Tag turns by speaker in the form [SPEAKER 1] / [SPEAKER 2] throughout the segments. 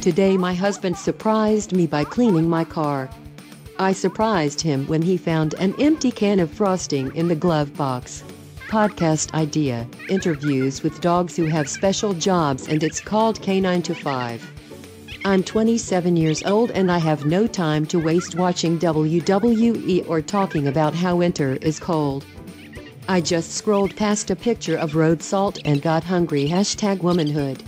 [SPEAKER 1] Today, my husband surprised me by cleaning my car. I surprised him when he found an empty can of frosting in the glove box. Podcast idea interviews with dogs who have special jobs, and it's called Canine to 5. I'm 27 years old and I have no time to waste watching WWE or talking about how winter is cold. I just scrolled past a picture of road salt and got hungry. Hashtag womanhood.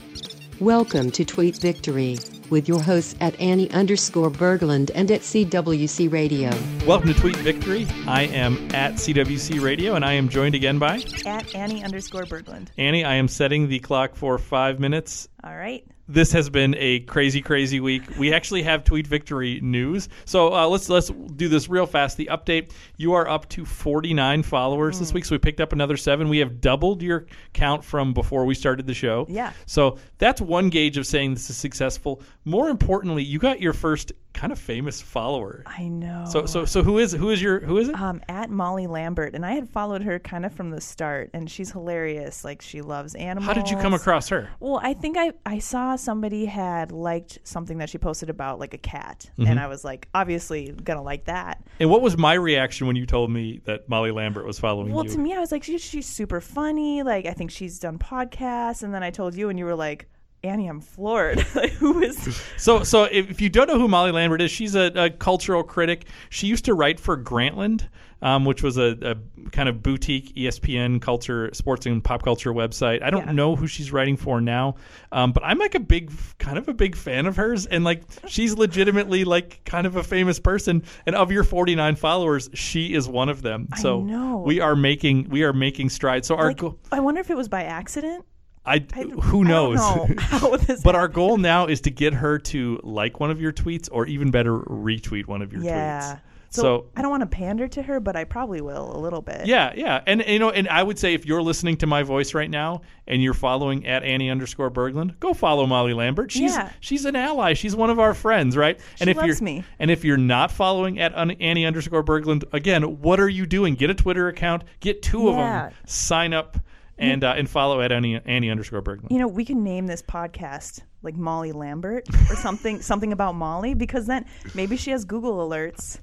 [SPEAKER 1] Welcome to Tweet Victory with your hosts at Annie underscore Berglund and at CWC Radio.
[SPEAKER 2] Welcome to Tweet Victory. I am at CWC Radio and I am joined again by
[SPEAKER 3] At Annie underscore Berglund.
[SPEAKER 2] Annie. I am setting the clock for five minutes.
[SPEAKER 3] All right.
[SPEAKER 2] This has been a crazy, crazy week. We actually have Tweet Victory news, so uh, let's let's do this real fast. The update: you are up to 49 followers this week, so we picked up another seven. We have doubled your count from before we started the show.
[SPEAKER 3] Yeah.
[SPEAKER 2] So that's one gauge of saying this is successful. More importantly, you got your first kind of famous follower.
[SPEAKER 3] I know.
[SPEAKER 2] So so so who is who is your who is it?
[SPEAKER 3] um, at Molly Lambert, and I had followed her kind of from the start, and she's hilarious. Like she loves animals.
[SPEAKER 2] How did you come across her?
[SPEAKER 3] Well, I think I, I saw somebody had liked something that she posted about like a cat,
[SPEAKER 2] Mm-hmm.
[SPEAKER 3] and I was like, obviously gonna like that.
[SPEAKER 2] And what was my reaction when you told me that Molly Lambert was following
[SPEAKER 3] Well,
[SPEAKER 2] you?
[SPEAKER 3] to me, I was like, she, she's super funny. Like I think she's done podcasts, and then I told you, and you were like, Annie, I'm floored. like who is?
[SPEAKER 2] so so if, if you don't know who Molly Lambert is, she's a, a cultural critic. She used to write for Grantland, um, which was a, a kind of boutique E ESPN culture, sports and pop culture website. I don't
[SPEAKER 3] Yeah.
[SPEAKER 2] know who she's writing for now, um, but I'm like a big, kind of a big fan of hers, and like she's legitimately like kind of a famous person. And of your 49 followers, she is one of them. So
[SPEAKER 3] know.
[SPEAKER 2] we are making we are making strides. So our
[SPEAKER 3] Like,
[SPEAKER 2] goal,
[SPEAKER 3] I wonder if it was by accident.
[SPEAKER 2] I,
[SPEAKER 3] I-
[SPEAKER 2] who
[SPEAKER 3] I
[SPEAKER 2] knows.
[SPEAKER 3] don't know how this
[SPEAKER 2] But our goal now is to get her to like one of your tweets, or even better, retweet one of your
[SPEAKER 3] yeah.
[SPEAKER 2] tweets.
[SPEAKER 3] So,
[SPEAKER 2] So-
[SPEAKER 3] I don't want to pander to her, but I probably will a little bit.
[SPEAKER 2] Yeah, yeah, and you know, and I would say if you're listening to my voice right now and you're following at Annie underscore Berglund, go follow Molly Lambert. She's
[SPEAKER 3] Yeah.
[SPEAKER 2] she's an ally. She's one of our friends, right? and
[SPEAKER 3] She
[SPEAKER 2] if
[SPEAKER 3] loves
[SPEAKER 2] you're
[SPEAKER 3] me.
[SPEAKER 2] and if you're not following at un- Annie underscore Berglund, again, what are you doing? Get a Twitter account. Get two of
[SPEAKER 3] Yeah.
[SPEAKER 2] them. Sign up and uh, and follow at Annie, Annie underscore Berglund.
[SPEAKER 3] You know, we can name this podcast like Molly Lambert or something something about Molly because then maybe she has Google alerts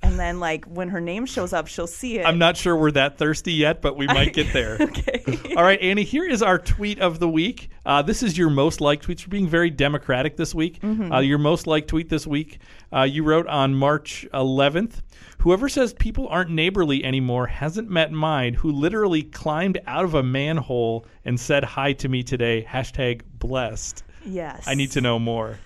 [SPEAKER 3] and then like when her name shows up, she'll see it.
[SPEAKER 2] I'm not sure we're that thirsty yet, but we might get there. okay. All right, Annie, here is our tweet of the week. Uh, this is your most liked tweets. You're being very democratic this week.
[SPEAKER 3] Mm-hmm.
[SPEAKER 2] Uh, your most liked tweet this week, uh, you wrote on March 11th Whoever says people aren't neighborly anymore hasn't met mine, who literally climbed out of a manhole and said hi to me today. Hashtag blessed.
[SPEAKER 3] yes.
[SPEAKER 2] I need to know more.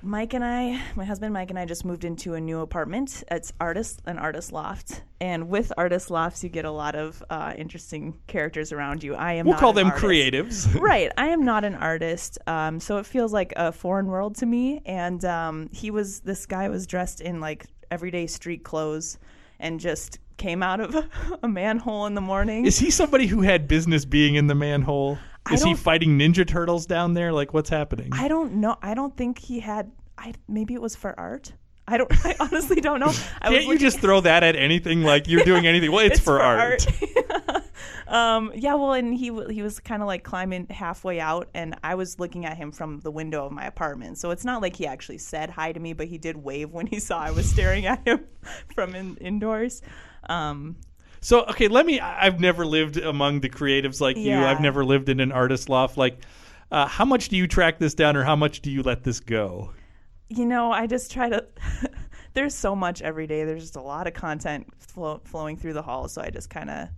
[SPEAKER 3] Mike and I, my husband Mike and I just moved into a new apartment. It's artist an artist loft. And with artist lofts you get a lot of uh, interesting characters around you. I am
[SPEAKER 2] We'll
[SPEAKER 3] not
[SPEAKER 2] call
[SPEAKER 3] an
[SPEAKER 2] them
[SPEAKER 3] artist.
[SPEAKER 2] creatives.
[SPEAKER 3] right. I am not an artist, um, so it feels like a foreign world to me. And um, he was this guy was dressed in like everyday street clothes, and just came out of a manhole in the morning.
[SPEAKER 2] Is he somebody who had business being in the manhole? Is he
[SPEAKER 3] don't-
[SPEAKER 2] fighting Ninja Turtles down there? Like, what's happening?
[SPEAKER 3] I don't know. I don't think he had. I maybe it was for art. I don't. I honestly don't know. I was
[SPEAKER 2] Can't you
[SPEAKER 3] looking-
[SPEAKER 2] just throw that at anything? Like, you're doing anything? Well, it's,
[SPEAKER 3] It's
[SPEAKER 2] for, art.
[SPEAKER 3] um, yeah, well, and he w- he was kind of like climbing halfway out, and I was looking at him from the window of my apartment. So it's not like he actually said hi to me, but he did wave when he saw I was staring at him from in- indoors. Um,
[SPEAKER 2] So, okay, let me. I- I've never lived among the creatives like you.
[SPEAKER 3] Yeah.
[SPEAKER 2] I've never lived in an artist loft. Like, uh, how much do you track this down, or how much do you let this go?
[SPEAKER 3] you know, I just try to. there's so much every day. There's just a lot of content flow- flowing through the hall, so I just kind of.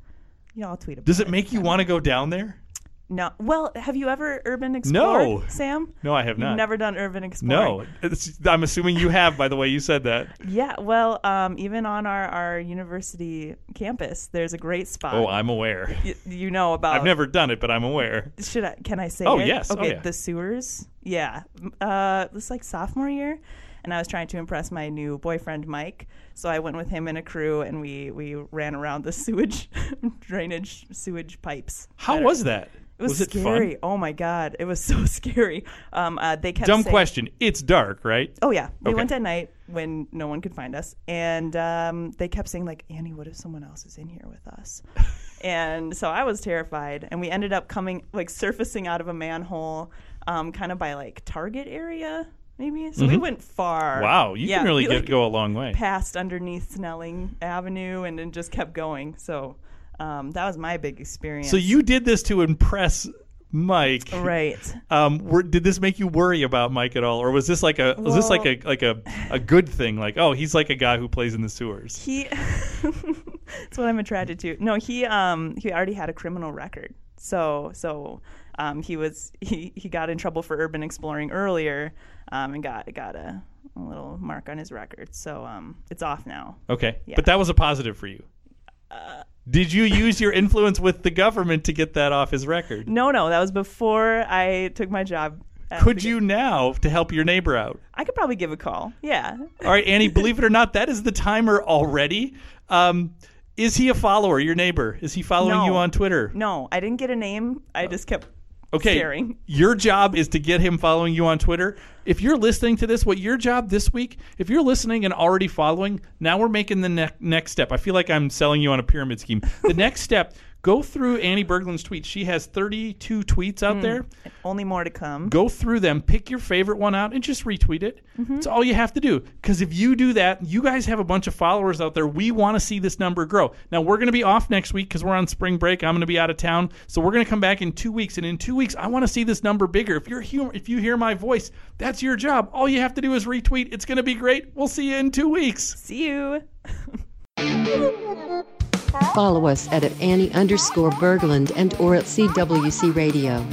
[SPEAKER 3] You know, I'll tweet about
[SPEAKER 2] Does it make you want to go down there?
[SPEAKER 3] No. Well, have you ever urban explored, Sam?
[SPEAKER 2] No, I have
[SPEAKER 3] You've
[SPEAKER 2] not.
[SPEAKER 3] never done urban exploring.
[SPEAKER 2] No, It's- I'm assuming you have. By the way, you said that.
[SPEAKER 3] Yeah, well, um, even on our, our university campus, there's a great spot.
[SPEAKER 2] Oh, I'm aware.
[SPEAKER 3] Y- you know about.
[SPEAKER 2] I've never done it, but I'm aware.
[SPEAKER 3] Should I? Can I say?
[SPEAKER 2] Oh,
[SPEAKER 3] it?
[SPEAKER 2] yes. Oh,
[SPEAKER 3] Okay,
[SPEAKER 2] yeah.
[SPEAKER 3] the sewers. Yeah, M- uh, this is like sophomore year, and I was trying to impress my new boyfriend Mike, so I went with him and a crew, and we we ran around the sewage drainage sewage pipes.
[SPEAKER 2] How was that?
[SPEAKER 3] It was,
[SPEAKER 2] Was it fun?
[SPEAKER 3] scary. Oh my god, it was so scary. Um, uh, they kept
[SPEAKER 2] Dumb
[SPEAKER 3] saying-
[SPEAKER 2] question. It's dark, right?
[SPEAKER 3] Oh yeah, we
[SPEAKER 2] Okay.
[SPEAKER 3] went at night when no one could find us, and um, they kept saying like, "Annie, what if someone else is in here with us?" and so I was terrified, and we ended up coming like surfacing out of a manhole, um, kind of by like Target area maybe. So we went far.
[SPEAKER 2] Mm-hmm. Wow, you
[SPEAKER 3] Yeah,
[SPEAKER 2] can really
[SPEAKER 3] we,
[SPEAKER 2] get,
[SPEAKER 3] like,
[SPEAKER 2] go a long way.
[SPEAKER 3] past underneath Snelling Avenue, and then just kept going. So um, that was my big experience.
[SPEAKER 2] So you did this to impress Mike.
[SPEAKER 3] right.
[SPEAKER 2] Um, were, did this make you worry about Mike at all, or was this like a was this like a like a, a good thing? Like, oh, he's like a guy who plays in the sewers.
[SPEAKER 3] He That's what I'm attracted to. No, he um he already had a criminal record. So so um he was he, he got in trouble for urban exploring earlier um and got got a, a little mark on his record. So um it's off now.
[SPEAKER 2] Okay, but that was a positive for you.
[SPEAKER 3] Uh,
[SPEAKER 2] did you use your influence with the government to get that off his record?
[SPEAKER 3] No, no, that was before I took my job. at
[SPEAKER 2] Could
[SPEAKER 3] the-
[SPEAKER 2] you now to help your neighbor out?
[SPEAKER 3] I could probably give a call. Yeah.
[SPEAKER 2] All right, Annie, believe it or not, that is the timer already. Um, is he a follower, your neighbor? Is he following
[SPEAKER 3] No.
[SPEAKER 2] you on Twitter?
[SPEAKER 3] No, I didn't get a name. I just kept
[SPEAKER 2] Okay.
[SPEAKER 3] staring.
[SPEAKER 2] Your job is to get him following you on Twitter. If you're listening to this, what your job this week, if you're listening and already following, now we're making the ne- next step. I feel like I'm selling you on a pyramid scheme. The next step, go through Annie Berglund's tweets. She has 32 tweets
[SPEAKER 3] Hmm.
[SPEAKER 2] out there.
[SPEAKER 3] Only more to come.
[SPEAKER 2] Go through them, pick your favorite one out, and just retweet it. It's all you have to do. Because if you do that, you guys have a bunch of followers out there. We want to see this number grow. Now, we're going to be off next week because we're on spring break. I'm going to be out of town. So we're going to come back in two weeks. And in two weeks, I want to see this number bigger. If you're hum- if you hear my voice, that's your job. All you have to do is retweet. It's going to be great. We'll see you in two weeks.
[SPEAKER 3] See you.
[SPEAKER 1] Follow us at, at Annie underscore Berglund and or at CWC Radio.